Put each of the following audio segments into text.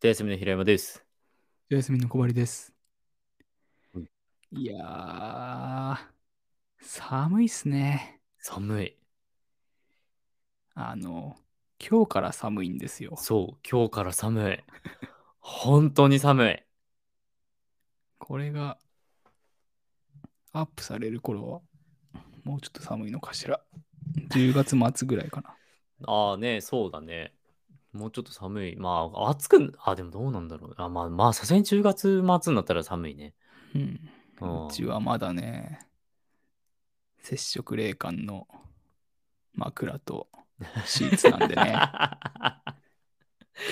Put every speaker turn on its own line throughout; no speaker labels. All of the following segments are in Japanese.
じゃあ休みの平山です。
お休みの小針です
は。
いやー、寒いっすね。
寒い。
あの、今日から寒いんですよ。
そう、今日から寒い。本当に寒い。
これがアップされる頃は、もうちょっと寒いのかしら。10月末ぐらいかな。
ああね、そうだね。もうちょっと寒い。まあ、暑く、あ、でもどうなんだろう。あまあ、まあ、さすがに10月末になったら寒いね。
うん。
うん
うちはまだね、接触冷感の枕とシーツなんでね。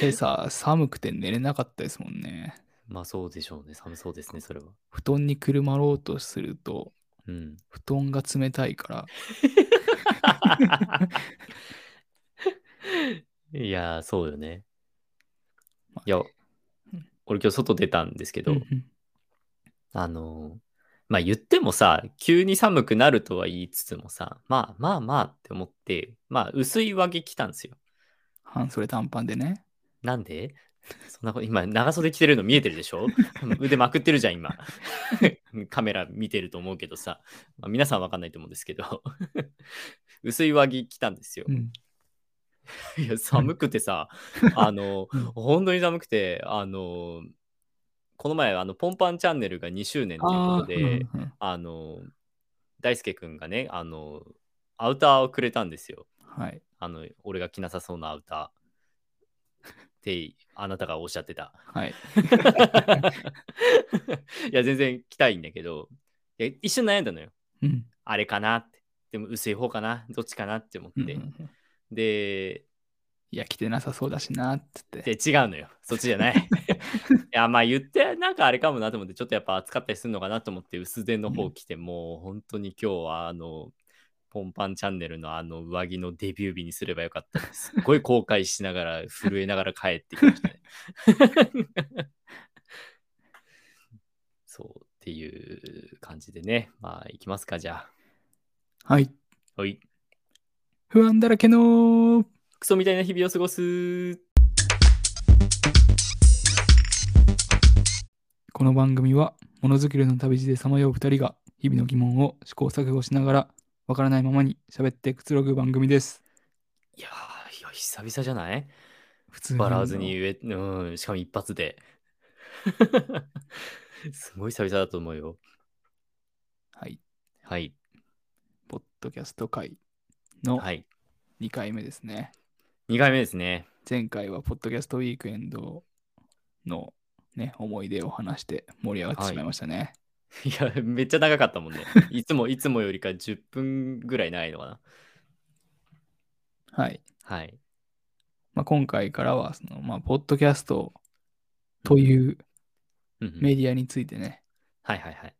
今朝寒くて寝れなかったですもんね。
まあ、そうでしょうね。寒そうですね、それは。
布団にくるまろうとすると、
うん。
布団が冷たいから、
いやー、そうよね。
まあ
いや、俺今日外出たんですけど、
うんうん
あのーまあ言ってもさ、急に寒くなるとは言いつつもさ、まあまあまあって思って、まあ薄い上着着たんですよ。
半袖短パンでね。
なんで そんなこと、今長袖着てるの見えてるでしょ 腕まくってるじゃん、今。 カメラ見てると思うけどさ、まあ皆さんわかんないと思うんですけど、 薄い上着着たんですよ。
うん
いや、寒くてさ、あの
うん、
本当に寒くて、あの、この前、あの、ポンパンチャンネルが2周年ということで、
ーうんうん
あの、大輔くんがね、あの、アウターをくれたんですよ。
はい。
あの、俺が着なさそうなアウター。って、あなたがおっしゃってた。
はい。
いや、全然着たいんだけど、いや一瞬悩んだのよ。
うん
あれかなって。でも薄い方かなどっちかなって思
う
っ
んう
て。
ん
で、
いや、着てなさそうだしなっつって。
で違うのよ。そっちじゃない。いや、まあ言って、なんかあれかもなと思って、ちょっとやっぱ暑かったりするのかなと思って、薄手の方着て、もう本当に今日は、あの、ポンパンチャンネルのあの上着のデビュー日にすればよかったです。すっごい後悔しながら、震えながら帰ってきましたね。そうっていう感じでね。まあ、行きますか、じゃあ。
はい。
おい。
不安だらけの
クソみたいな日々を過ごす。
この番組は、ものづくりの旅路でさまよう二人が、日々の疑問を試行錯誤しながら、わからないままに喋ってくつろぐ番組です。
いやー、いや久々じゃない
普通
バラわずに言え、うん、しかも一発で。 すごい久々だと思うよ。
はい。
はい。
ポッドキャスト会の
はい。
2回目ですね。
2回目ですね。
前回は、ポッドキャストウィークエンドの、ね、思い出を話して盛り上がってしまいましたね。
いや、めっちゃ長かったもんね。いつも、いつもよりか10分ぐらいないのかな。
はい。
はい。
まあ、今回からは、その、まあ、ポッドキャストという
うんうん
メディアについてね、
はいはいはい。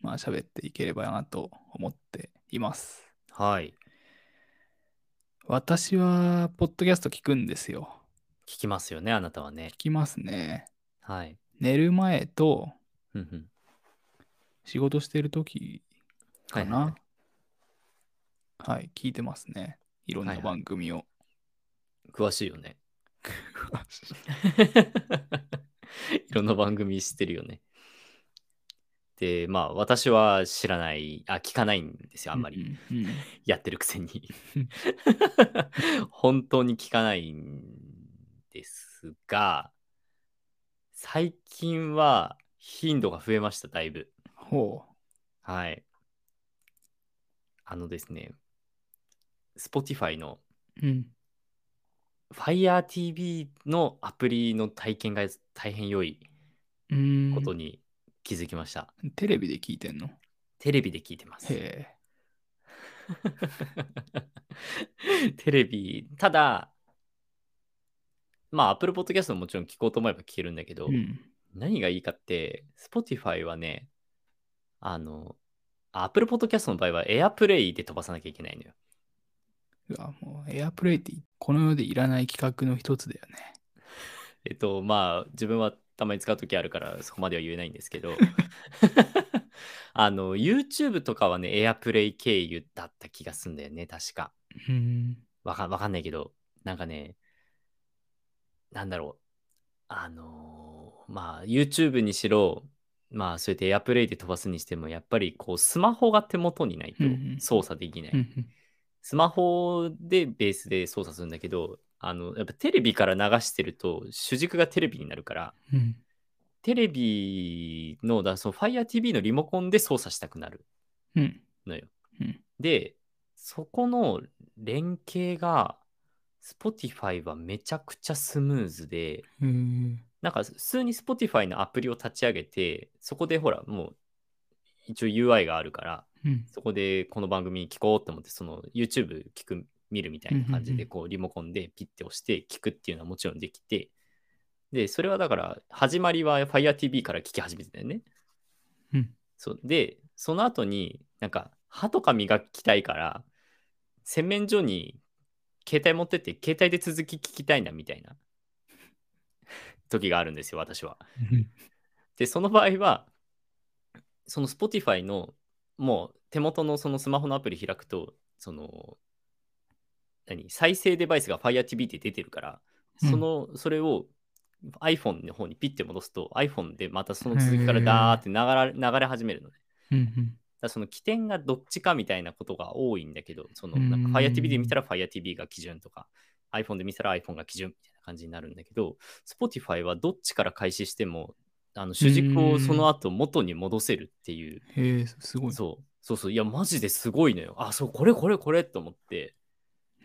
まあ、喋っていければなと思っています。
はい。
私は、ポッドキャスト聞くんですよ。
聞きますよね、あなたはね
聞。きますね。
はい。
寝る前と
うんうん
仕事してる時
はい
か
はいはい
な。はい、聞いてますね。いろん
はい
な
はい
番組を。
詳しいよね。 いろんな番組知ってるよね。で、まあ、私は知らない、あ、聞かないんですよ、あんまり。
うんうんうん
やってるくせ に
うん。
本当に聞かないんですが、最近は頻度が増えました、だいぶ。
ほ
はい。あのですね、Spotify の
う。うん。
Fire TV のアプリの体験が大変良いう
ーん
ことに気づきました。
テレビで聞いてんの
テレビで聞いてます。
へえ。
テレビ、ただ、まあ、Apple Podcast ももちろん聞こうと思えば聞けるんだけど、
うん。
何がいいかって、Spotify はね、あの、あ Apple Podcast の場合は AirPlay で飛ばさなきゃいけないのよ。
うわ、もう、エアプレイって、この世でいらない企画の一つだよね。
えっと、まあ、自分はたまに使うときあるから、そこまでは言えないんですけど、 あの、YouTube とかはね、AirPlay 経由だった気がすんだよね、確か。
うん。
わかわかんないけど、なんかね、なんだろう。あのーまあ YouTube にしろ、まあそうやってエアプレイで飛ばすにしても、やっぱりこうスマホが手元にないと
うんうん
操作できない。
うんうん
スマホでベースで操作するんだけど、あのやっぱテレビから流してると主軸がテレビになるから、
うん
テレビのだその FireTV のリモコンで操作したくなる
うん
のよ。
うん
で、そこの連携が Spotify はめちゃくちゃスムーズで、
うん
なんか普通に Spotify のアプリを立ち上げて、そこでほら、もう一応 UI があるから、
うん
そこでこの番組聞こうと思って、その YouTube 聞く、見るみたいな感じ
うんうんう
で、
ん
こうリモコンでピッて押して聞くっていうのはもちろんできて、で、それはだから、始まりは FireTV から聞き始めてたよね。
うん
そうで、その後に、なんか、歯とか磨きたいから、洗面所に携帯持ってって、携帯で続き聞きたいなみたいな時があるんですよ、私は。で、その場合は、その Spotify の、もう手元のそのスマホのアプリ開くと、その、何、再生デバイスが FireTV って出てるから、
うん
その、それを iPhone の方にピッて戻すと、iPhone でまたその続きからダーって流れ流れ始めるのね。
うん
だからその起点がどっちかみたいなことが多いんだけど、その
うん
なんか FireTV で見たら FireTV が基準とか、iPhone で見たら iPhone が基準みたいな感じになるんだけど、Spotify はどっちから開始しても、あの主軸をその後元に戻せるっていう、
へえすごい
そうそうそう、いや、マジですごいのよ。あ、そう、これこれこれと思って。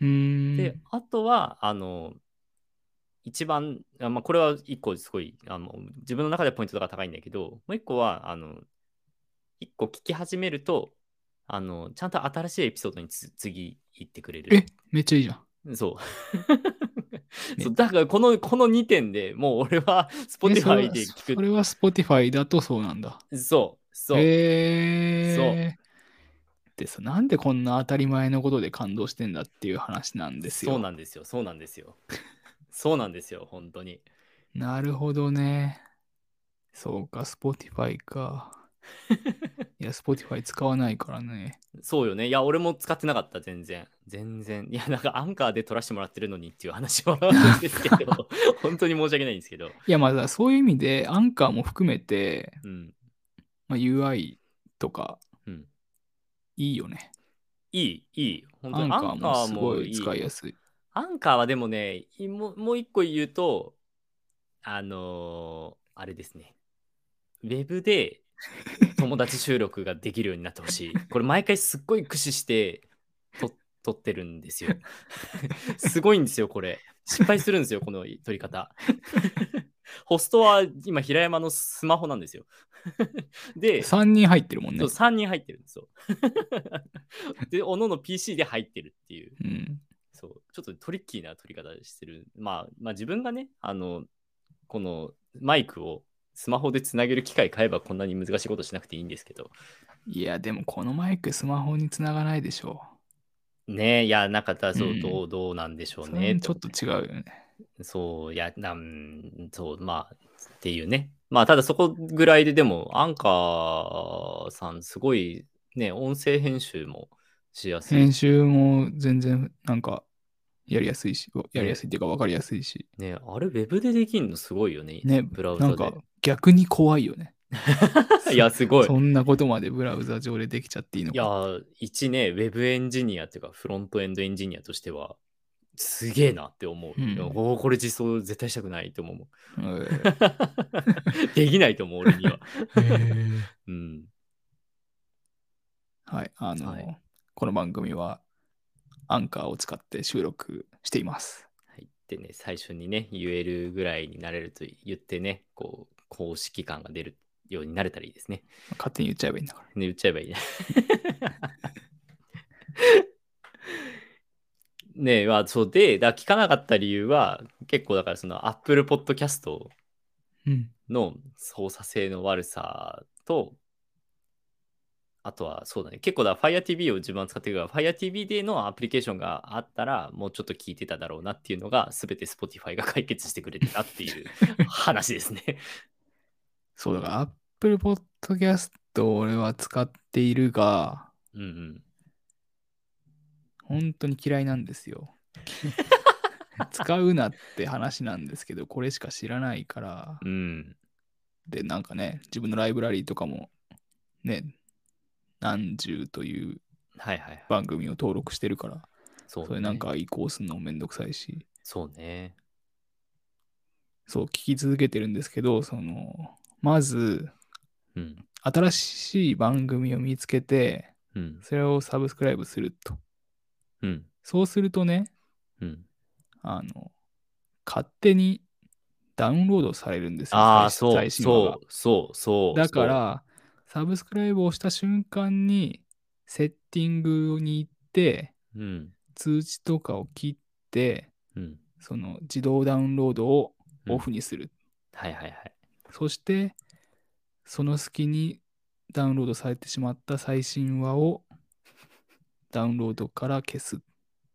うーん
で、あとは、あの、一番、あまあ、これは一個すごいあの、自分の中でポイントが高いんだけど、もう一個は、あの、一個聞き始めると、あの、ちゃんと新しいエピソードにつ次行ってくれる。
めっちゃいいじゃん
そう。
ね
そうだからこの、この2点でもう俺は Spotify で
えそれ
聞
それは Spotify だとそうなんだ
く。そう、そう。
へえでさなんでこんな当たり前のことで感動してんだっていう話なんですよ
そうなんですよ、そうなんですよ。そうなんですよ、本当に。
なるほどね。そうか、Spotify か。いや、Spotify 使わないからね。
そうよね。いや、俺も使ってなかった、全然。全然。いや、なんかアンカーで取らせてもらってるのにっていう話 はあるんですけど、本当に申し訳ないんですけど。
いや、まあ、そういう意味で、アンカーも含めて、
うん。
まあ、UI とか
うん。
いいよね。
いい、いい。本
ア
当
ン
に
カ
ア
ー
ンカ
も
ー
す
も
ご
い
い
い。
使いやすい。
アンカーはでもね、いもうもう一個言うと、あのーあれですね。ウェブで友達収録ができるようになってほし い。これ毎回すっごい駆使してと撮ってるんですよ。 すごいんですよ、これ。失敗するんですよ、この撮り方。ホストは今、平山のスマホなんですよ。 で、
3人入ってるもんね
そう。3人入ってるんですよ。 で、おのの PC で入ってるっていう。
うん。
そう、ちょっとトリッキーな取り方してる。まあ、まあ自分がね、あの、このマイクをスマホでつなげる機械買えばこんなに難しいことしなくていいんですけど。
いや、でもこのマイクスマホにつながないでしょ
ねえ、いや、なんかだ、そうう、
ん
どう、どうなんでしょ
う。
う
それ
ね。
もちょっと違うよね。
そう、いや、なん、そう、まあ、っていうね。まあ、ただそこぐらいで、でも、アンカーさん、すごい、ね、音声編集もしやすい
編集も全然、なんか、やりやすいし、やりやすいっていうか分かりやすいし。
ね。あれ、ウェブでできるのすごいよね。
ね
ブラウ
な
ザ
ん
で
か。、逆に怖いよね。
いや、すごい。
そんなことまでブラウザ上でできちゃっていいの
いや
か。
ー、一ね、ウェブエンジニアっていうか、フロントエンドエンジニアとしては、すげえなって思う。
うん
いやおーこれ実装絶対したくないと思う。
うん
できないと思う、俺には。うん。
はい、あの、
はい
この番組はアンカーを使って収録しています。
はい。でね、最初にね、言えるぐらいになれると言ってね、こう、公式感が出るようになれたらいいですね。
勝手に言っちゃえばいいんだから。
ね、言っちゃえば いいね。ねえ、まあ、そうで、だから聞かなかった理由は、結構だから、その Apple Podcast を
うん。
の操作性の悪さと、あとはそうだね、結構だ、FireTV を自分は使ってるから、FireTV でのアプリケーションがあったら、もうちょっと聞いてただろうなっていうのが、すべて Spotify が解決してくれてたって いう話ですね。
そうだから Apple Podcast を俺は使っているが、
うんうん。
本当に嫌いなんですよ。使うなって話なんですけど、これしか知らないから、
うん。
で、なんかね、自分のライブラリーとかも、ね、何十という
はいはいはい。
番組を登録してるから、
そう、ね。
それなん。か移行するのもめんどくさいし、
そうね。
そう、聞き続けてるんですけど、その、まず、
うん。
新しい番組を見つけて、
うん。
それをサブスクライブすると。
うん。
そうするとね、
うん。
あの、勝手にダウンロードされるんですよ。
ああ、
最
そう、
最新話が
そう、そう、そう。
だから、サブスクライブをした瞬間に、セッティングに行って、
そう、うん。
通知とかを切って、
うん。
その自動ダウンロードをオフにする。
はいはいはい。
そして、その隙にダウンロードされてしまった最新話をダウンロードから消すっ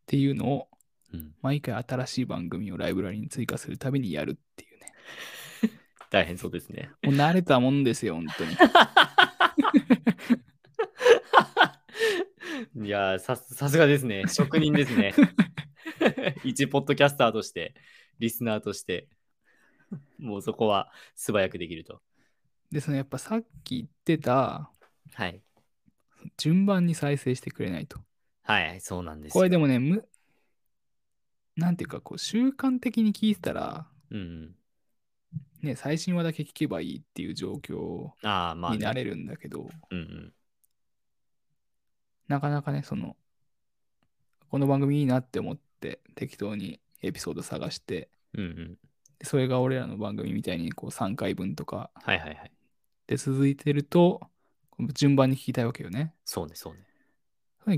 ていうのを、
うん。
毎回新しい番組をライブラリに追加するたびにやるっていうね。
大変そうですね。
もう慣れたもんですよ、本当 に。
いやーさす、さすがです ね。職人ですね。一ポッドキャスターとして、リスナーとして、もうそこは素早くできると。
で、そのやっぱさっき言ってた、
はい。
順番に再生してくれないと。
はい、そうなんですよ。
これでもね、むなんていうか、こう、習慣的に聞いてたら、
うんうん。
ね、最新話だけ聞けばいいっていう状況
ああ、まあ、
にな
れ。
れるんだけど、
うんうん。
なかなかね、その、この番組いいなって思って、適当にエピソード探して、
うんうん。
でそれが俺らの番組みたいにこう3回分とか
はいはいはい。
で続いてると、順番に聞きたいわけよね。
そうね、そうね。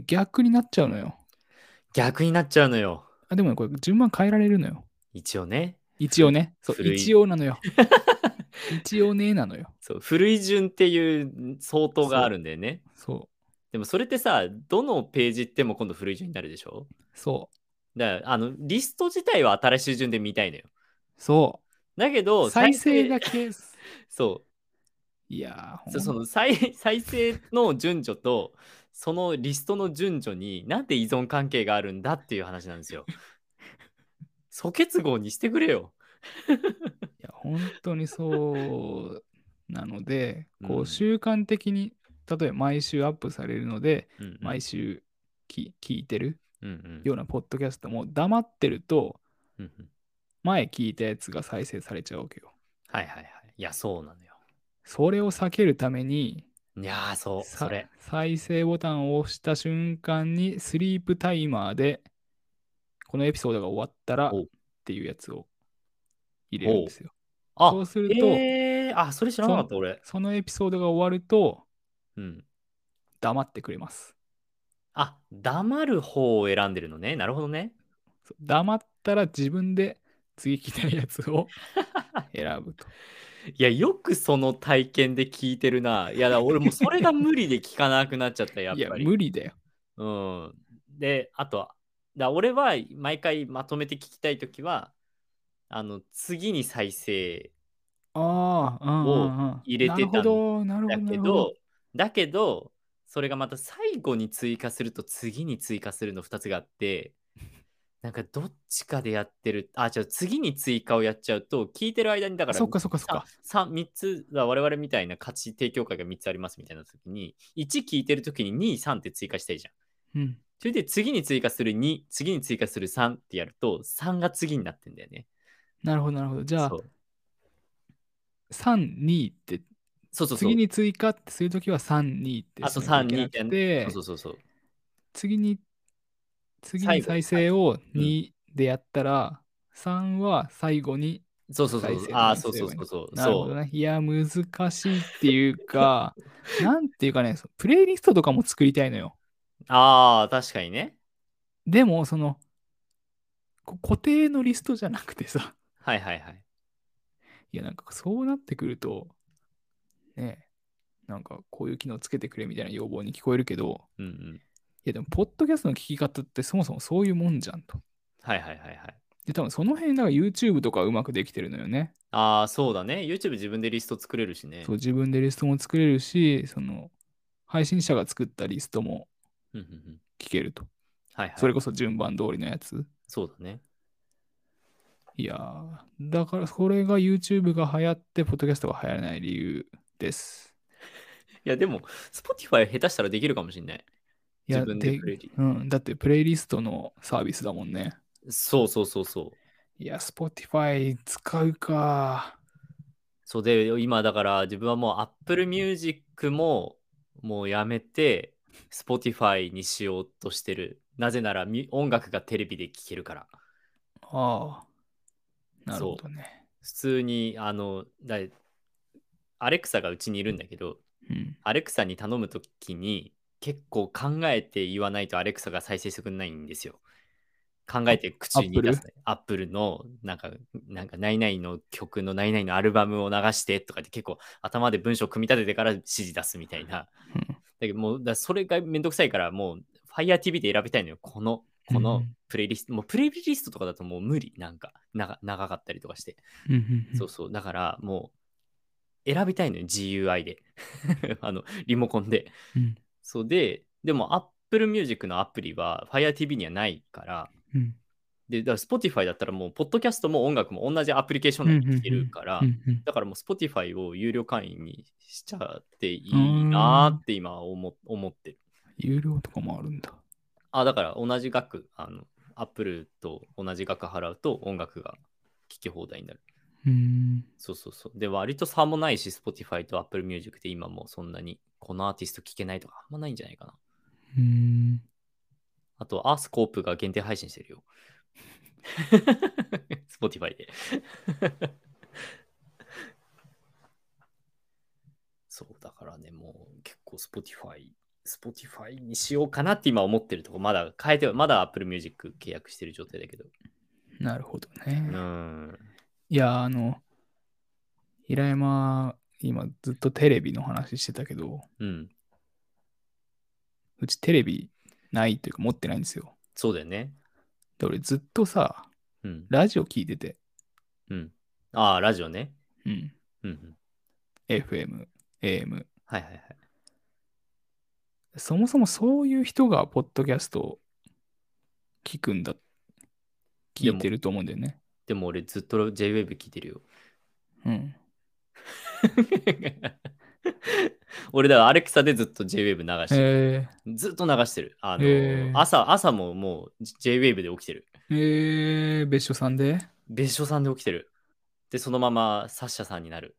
逆になっちゃうのよ。
逆になっちゃうのよ。
あ、でもね、これ順番変えられるのよ。
一応ね。
一応ね。そう、
古い
一応な のよ。一応ねなのよ。
そう、古い順っていう相当があるんだよね。
そ
でもそれってさ、どのページ行っても今度古い順になるでしょ
う、そ
だから、あの、リスト自体は新しい順で見たいのよ。
う、そ
だけ
う。
ど、
再生だけ。
そ
いや
う、
ー、
そ
ほ
そ
ん
の再 再生の順序と、そのリストの順序になんで依存関係があるんだっていう話なんです よ。素結合にしてくれよ。
いや本当にそうなので、
う
こ
ん
う、習慣的に、例えば毎週アップされるので、
うんうん
毎週き聞いてる
うんうん
ようなポッドキャストも、黙ってると、
うんうん
前聞いたやつが再生されちゃうわけよ。
はいはいはい。いや、そうなのよ。
それを避けるために、
いやー、そう、
さ
それ。
再生ボタンを押した瞬間にスリープタイマーでこのエピソードが終わったら
おう
っていうやつを入れるんですよ。
あ
そうすると、
えー、あ、それ知らなかった、俺。
そのエピソードが終わると
うん。
黙ってくれます。
あ、黙る方を選んでるのね。なるほどね。
そう黙ったら自分で次聞きたいやつ を選ぶと。
いや、よくその体験で聞いてるな。いや、だから俺もうそれが無理で聞かなくなっちゃった、やっ
いや、
ぱり。
無理だよ。
うん。で、あとは、だ俺は毎回まとめて聞きたいときは、あの、次に再生
ああ、うんうんうん
入れてたん
なるほど、なるほ
だ
ど。な
け
るほど
ど、だけど、それがまた最後に追加すると次に追加するの2つがあ って、なんかどっちかでやってる、あ、じゃあ次に追加をやっちゃうと、聞いてる間にだから、
そっかそっかそっか。
3, 3つは我々みたいな価値提供会が3つありますみたいな時に1聞いてる時に23って追加したいじゃん。
うん。
それで次に追加する2次に追加する3ってやると3が次になってんだよね。
なるほど、なるほど。じゃあ
そ、う
3、2って
そうそうそう
次に追加ってするときは3、2って
あそう
しなきゃいけなくて
そうそうそうそう
次に、次
最
に
後
再生を
うん
2でやったら、3は最後に、
そうそうそう
再生
あー
にす
そう
ればいい
そうそうそう
なるほ
そ
ど
う、
ね。いや、難しいっていうか、なんていうかね、そうプレイリストとかも作りたいのよ。
ああ確かにね
でも、その、こ固定のリストじゃなくてさ、
はいはいはい
いや、なんかそうなってくると、ねえ、なんかこういう機能つけてくれみたいな要望に聞こえるけど、
うんうん
いやでも、ポッドキャストの聞き方ってそもそもそういうもんじゃんと。
はいはいはいはい
で、多分その辺、だから YouTube とかうまくできてるのよね。
ああそうだね YouTube 自分でリスト作れるしね
そう、自分でリストも作れるし、その、配信者が作ったリストも
うんうんうん
聞けると。
はいはい
それこそ順番通りのやつ。
そうだね
いやー、だからそれが YouTube が流行って、ポッドキャストが流行らない理由です。
いや、でも、Spotify 下手したらできるかもしれない。
いや
自分で
で
プレイリ
うん、だってプレイリストのサービスだもんね。
そうそうそうそう。
いや、Spotify 使うか。
そうで、今だから自分はもう Apple Music ももうやめて Spotify にしようとしてる。なぜならみ音楽がテレビで聴けるから。
ああ。なるほどね。
普通に、あの、だいアレクサがうちにいるんだけど、
うん。
アレクサに頼むときに結構考えて言わないとアレクサが再生してくれないんですよ。考えて口に出す、アップルのなんか、なんか、ナイナイの曲のナイナイのアルバムを流してとかって結構頭で文章を組み立ててから指示出すみたいな。
うん
だけどもう、だからそれがめんどくさいからもう FireTV で選びたいのよ。この、こ
う
の
ん
プレイリスト、もうプレイリストとかだともう無理。なんか、長長かったりとかして。
うんうん
そうそう。だから、もう、選びたいのよ、GUI で。 あの、リモコンで。
うん
そうで、でも Apple Music のアプリは FireTV にはないから、
うん
で、だから Spotify だったらもう、ポッドキャストも音楽も同じアプリケーション内で聴けるから
う、んうん
だからもう Spotify を有料会員にしちゃっていいなーって今思思ってる。
有料とかもあるんだ。
あ、だから同じ額、あの、Apple と同じ額払うと音楽が聴き放題になる。
うん。
そうそうそう。で、割と差もないし、Spotify と Apple Music で今もうそんなにこのアーティスト聴けないとかあんまないんじゃないかな。
うん。
あと、アースコープが限定配信してるよ。Spotify で。 そう、だからね、もう結構 Spotify、Spotify にしようかなって今思ってるとこ、まだ変えては、まだ Apple Music 契約してる状態だけど。
なるほど
う
ね。
ん。
いや、あの、平山、今ずっとテレビの話してたけど、
うん。
うちテレビないというか持ってないんですよ。
そうだよね。
で、俺ずっとさ、
うん。
ラジオ聞いてて、
うん。ああ、ラジオね。
うん。
うんうん。
FM、AM。
はいはいはい。
そもそもそういう人がポッドキャストを聞くんだ。聞いてると思うんだよね。
でも俺ずっと JWAVE 聞いてるよ。
うん。
俺だからアレクサでずっと JWAVE 流してる。
え
ずっと流してる。あの、
へー
朝、朝ももう JWAVE で起きてる。
ー、えー、別所さんで
別所さんで起きてる。で、そのままサッシャさんにな る。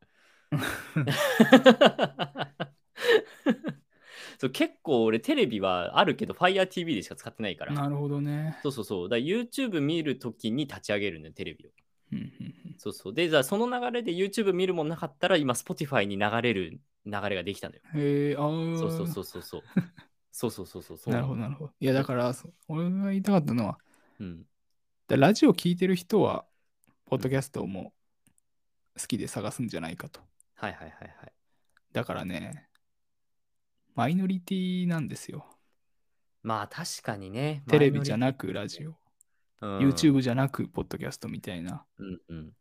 そう結構俺テレビはあるけど FireTV でしか使ってないから。
なるほどね。
そうそうそう。だから YouTube 見るときに立ち上げるんだよ、テレビを。
うんうんうん
そうそう。で、じゃあその流れで YouTube 見るもんなかったら、今 Spotify に流れる流れができたのよ。
えー、あー
そうそうそうそう そう。そうそうそうそうそう。
なるほど、なるほど。いや、だから、そ俺が言いたかったのは、
うん。
だラジオ聞いてる人は、ポッドキャストも好きで探すんじゃないかと。
はいはいはいはい。
だからね、マイノリティなんですよ。
まあ確かにね。
テレビじゃなく
マイノ
ラ
リテ
ジオ、
ィ、うん
YouTube じゃなくポッドキャストみたいな、
うんうん。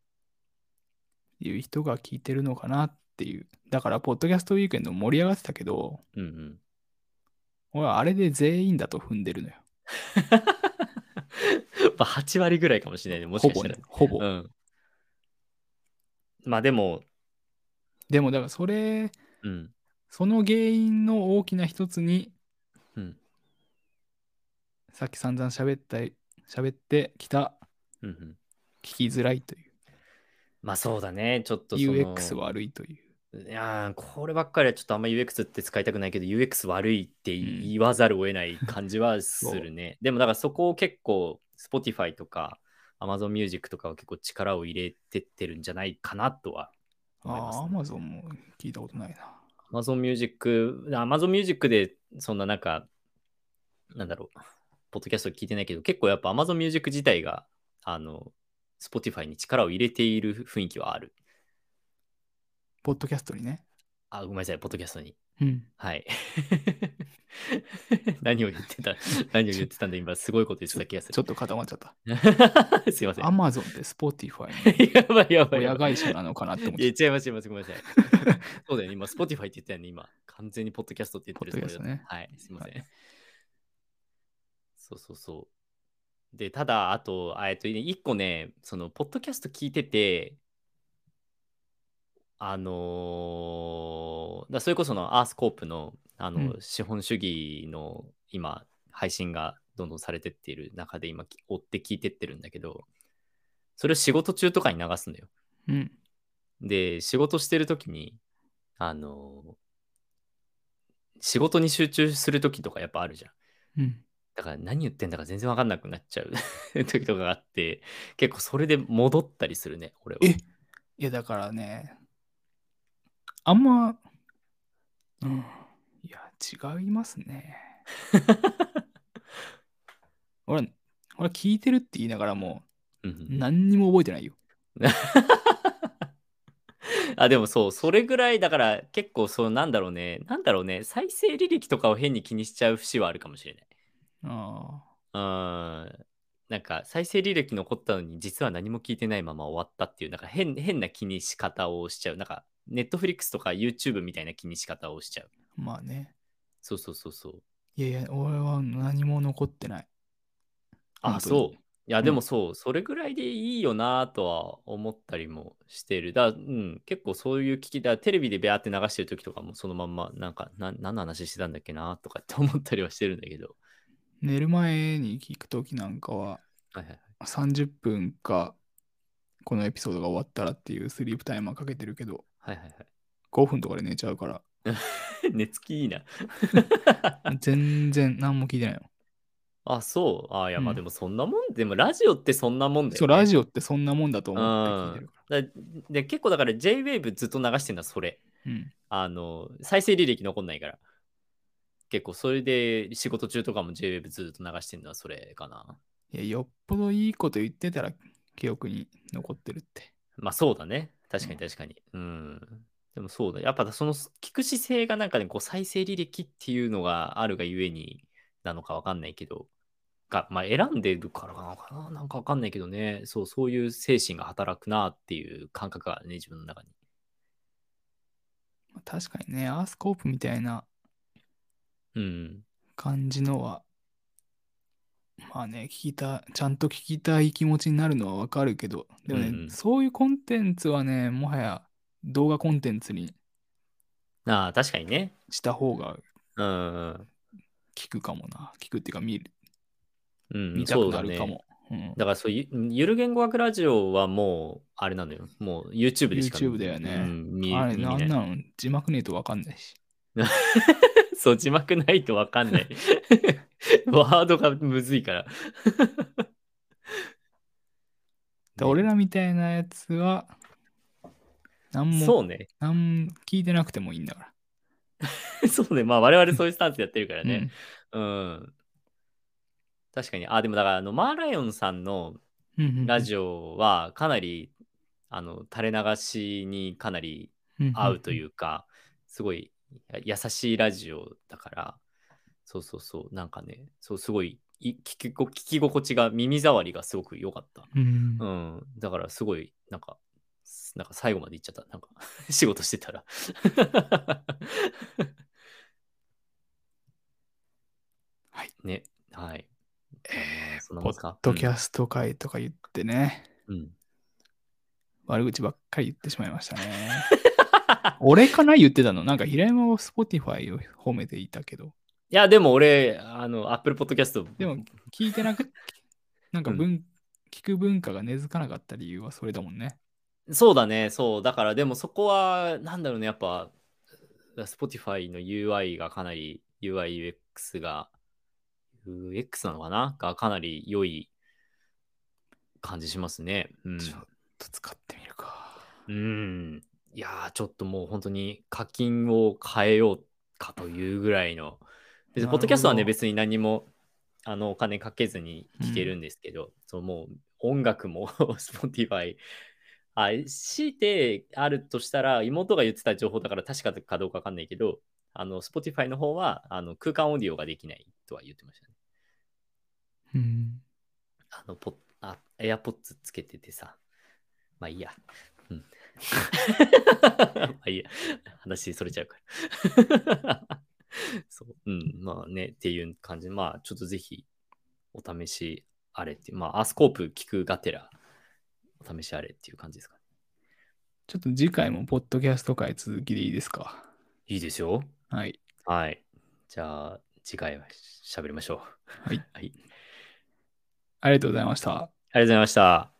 いう人が聞いてるのかなっていう。だから、ポッドキャストウィークエンドも盛り上がってたけど、
うんうん。
俺はあれで全員だと踏んでるのよ。
まあ8割ぐらいかもしれないね。もし
ほ
かし
ぼ
た
ね
ら。、
ほぼ。
うん。まあでも、
でも、だからそれ、
うん。
その原因の大きな一つに、
うん。
さっき散々喋った喋ってきた
うんうん。
聞きづらいという
まあそうだね。ちょっとその
UX 悪いという
いやーこればっかりはちょっとあんま UX って使いたくないけど UX 悪いって言わざるを得ない感じはするね。でもだからそこを結構 Spotify とか Amazon Music とかは結構力を入れてってるんじゃないかなとは思いま
あ
す、
あ
ね。
Amazon も聞いたことないな
Amazon Music、Amazon Music でそんななんか、なんだろう、ポッドキャスト聞いてないけど、結構やっぱ Amazon Music 自体が、あの、Spotify に力を入れている雰囲気はある。
ポッドキャストにね
あ、ごめんなさい、ポッドキャストに。
うん
はい。 何を言ってた、何を言ってたんで、今すごいこと言ってた気がす
ちょっと固まっちゃった
る。 すいません。
Amazon って Spotify の
やばいやばいや
親
ばい。
会社なのかなって思っ
いや、
て
違います、違います、ごめん なさい。そうだよね、今、Spotify って言ったよね、今。完全にポッドキャストって言ってるつもりだった
ポッドキャス
はい、すいません。そうそうそう。で、ただ、あと、あえっとね、一個ね、その、ポッドキャスト聞いてて、あのーだそれこそのアースコープの、あの、
うん
資本主義の今、配信がどんどんされてっている中で、今、き追って聞いてってるんだけど、それを仕事中とかに流すんだよ。
うん。
で、仕事してるときに、あのー仕事に集中するときとかやっぱあるじゃん。
うん。
だから何言ってんだか全然わかんなくなっちゃう 時とかがあって、結構それで戻ったりするね、俺は。
えいや、だからね、あんま、うん。いや、違いま すね。俺、俺聞いてるって言いながらも、
うん
何にも覚えてないよ。
あでもそう、それぐらいだから結構そうなんだろうね、なんだろうね、再生履歴とかを変に気にしちゃう節はあるかもしれない。
あ
うーん。なんか再生履歴残ったのに実は何も聞いてないまま終わったっていう、なんか変変な気にし方をしちゃう。なんかネットフリックスとか YouTube みたいな気にし方をしちゃう。
あ、まあね。
そうそうそうそう。
いやいや、俺は何も残ってない。
あ、
本当に
そう。いや、
うん
でもそう、それぐらいでいいよなとは思ったりもしてる。だ、うん、結構そういう聞き、だテレビでベアって流してる時とかもそのまんま、なんか、な何の話してたんだっけなとかって思ったりはしてるんだけど。
寝る前に聞くときなんかは、
はいはいはい。
30分か、このエピソードが終わったらっていうスリープタイマーかけてるけど、
はいはい は
5分とかで寝ちゃうから、
い。寝つきいいな。
全然何も聞いてないの。
あ、そう。あ、いや、ま
う
あ
ん
でもそんなもん、でもラジオってそんなもんだよ、ね。
そう、ラジオってそんなもんだと思って聞いてるか
だで結構だから JWAVE ずっと流してるのはそれ。
ら。うん。
あの、再生履歴残んないから。結構、それで仕事中とかも JWEB ずっと流してるのはそれかな。
いや、よっぽどいいこと言ってたら、記憶に残ってるって。
まあ、そうだね。確かに確かに。うん。でもそうだ。やっぱその聞く姿勢がなんかね、こう再生履歴っていうのがあるがゆえになのかわかんないけど、がまあ、選んでるからなのかななんかわかんないけどね。そう、そういう精神が働くなっていう感覚がね、自分の中に。
まあ確かにね、アースコープみたいな
うん。
感じのは、まあね、聞きた、ちゃんと聞きたい気持ちになるのはわかるけど、でもね、
うんうん
そういうコンテンツはね、もはや動画コンテンツに
ああ、確かにね。
した方が
うん。うん
聞くかもな。聞くっていうか見る、
うん。
見たく
そ
な
うだ
る
ね
かも。うん
だからそうゆ、ゆる言語学ラジオはもう、あれなのよ。もう YouTube でしか
YouTube だよね
うん、見
あれ、
見
な
ない
んなの字幕ねえとわかんないし。
そう、字幕ないとわかんない。 ワードがむずいから。
で俺らみたいなやつは、なん
そ
も、
うね。
なん聞いてなくてもいいんだか
そうね。まあ、我々そういうスタンスでやってるから
ら。
ね。うん。確かに。あ、でもだから、あの、マーライオンさんの
うん。
ラジオは、かなり、あの、垂れ流しにかなり
オ
合うといううか、すごいや優しいラジオだから、そうそうそう、なんかね、そうすごいい聞きこ聞き心地が、耳障りがすごく良かった。
んうん。う
うんん、だからすごい、なんか、すなんか最後まで行っちゃった。なんか、 仕事してたら。
はい。
ね、はい。
え
そん
ー
な
ポ
もん
ッ
すか
ドキャスト会とか言ってね、
うんうん。
悪口ばっかり言ってしまいま したね。俺かな言ってたのなんか平山を Spotify を褒めていたけど、
いや、でも俺、あの、Apple Podcast、
でも聞いてなく、なんか文、
う
聞く文化が根付かなかった理由はそれだもんね。
そうだね、そう。だから、でもそこは、なんだろうね、やっぱ、Spotify の UI がかなり、UI、UX が、UX なのかながかなり良い感じしますね。うん。
ちょっと使ってみるか。
うん、いやー、ちょっともう本当に課金を変えようかというぐらいの。別に、
なるほど
ポッドキャストはね、別に何も、あの、お金かけずに聞けるんですけど、そう、もう音楽も Spotify、あ、強いてあるとしたら、妹が言ってた情報だから確かかどうかわかんないけど、あの、Spotify の方は、あの、空間オーディオができないとは言ってましたね。
うん。
あの、ポッ、あ、AirPods つけててさ。まあいいや。うん。まあいいや。話それちゃうから。 そう。うん。まあね、っていう感じで。まあ、ちょっとぜひ、お試しあれっていう、まあ、アースコープ聞くがてら、お試しあれっていう感じですかね。
ちょっと次回もポッドキャスト会続きでいいですか。
いいですよ。
はい。
はい。じゃあ、次回はしゃべりましょう。
はい。
はい。
ありがとうございました。
ありがとうございました。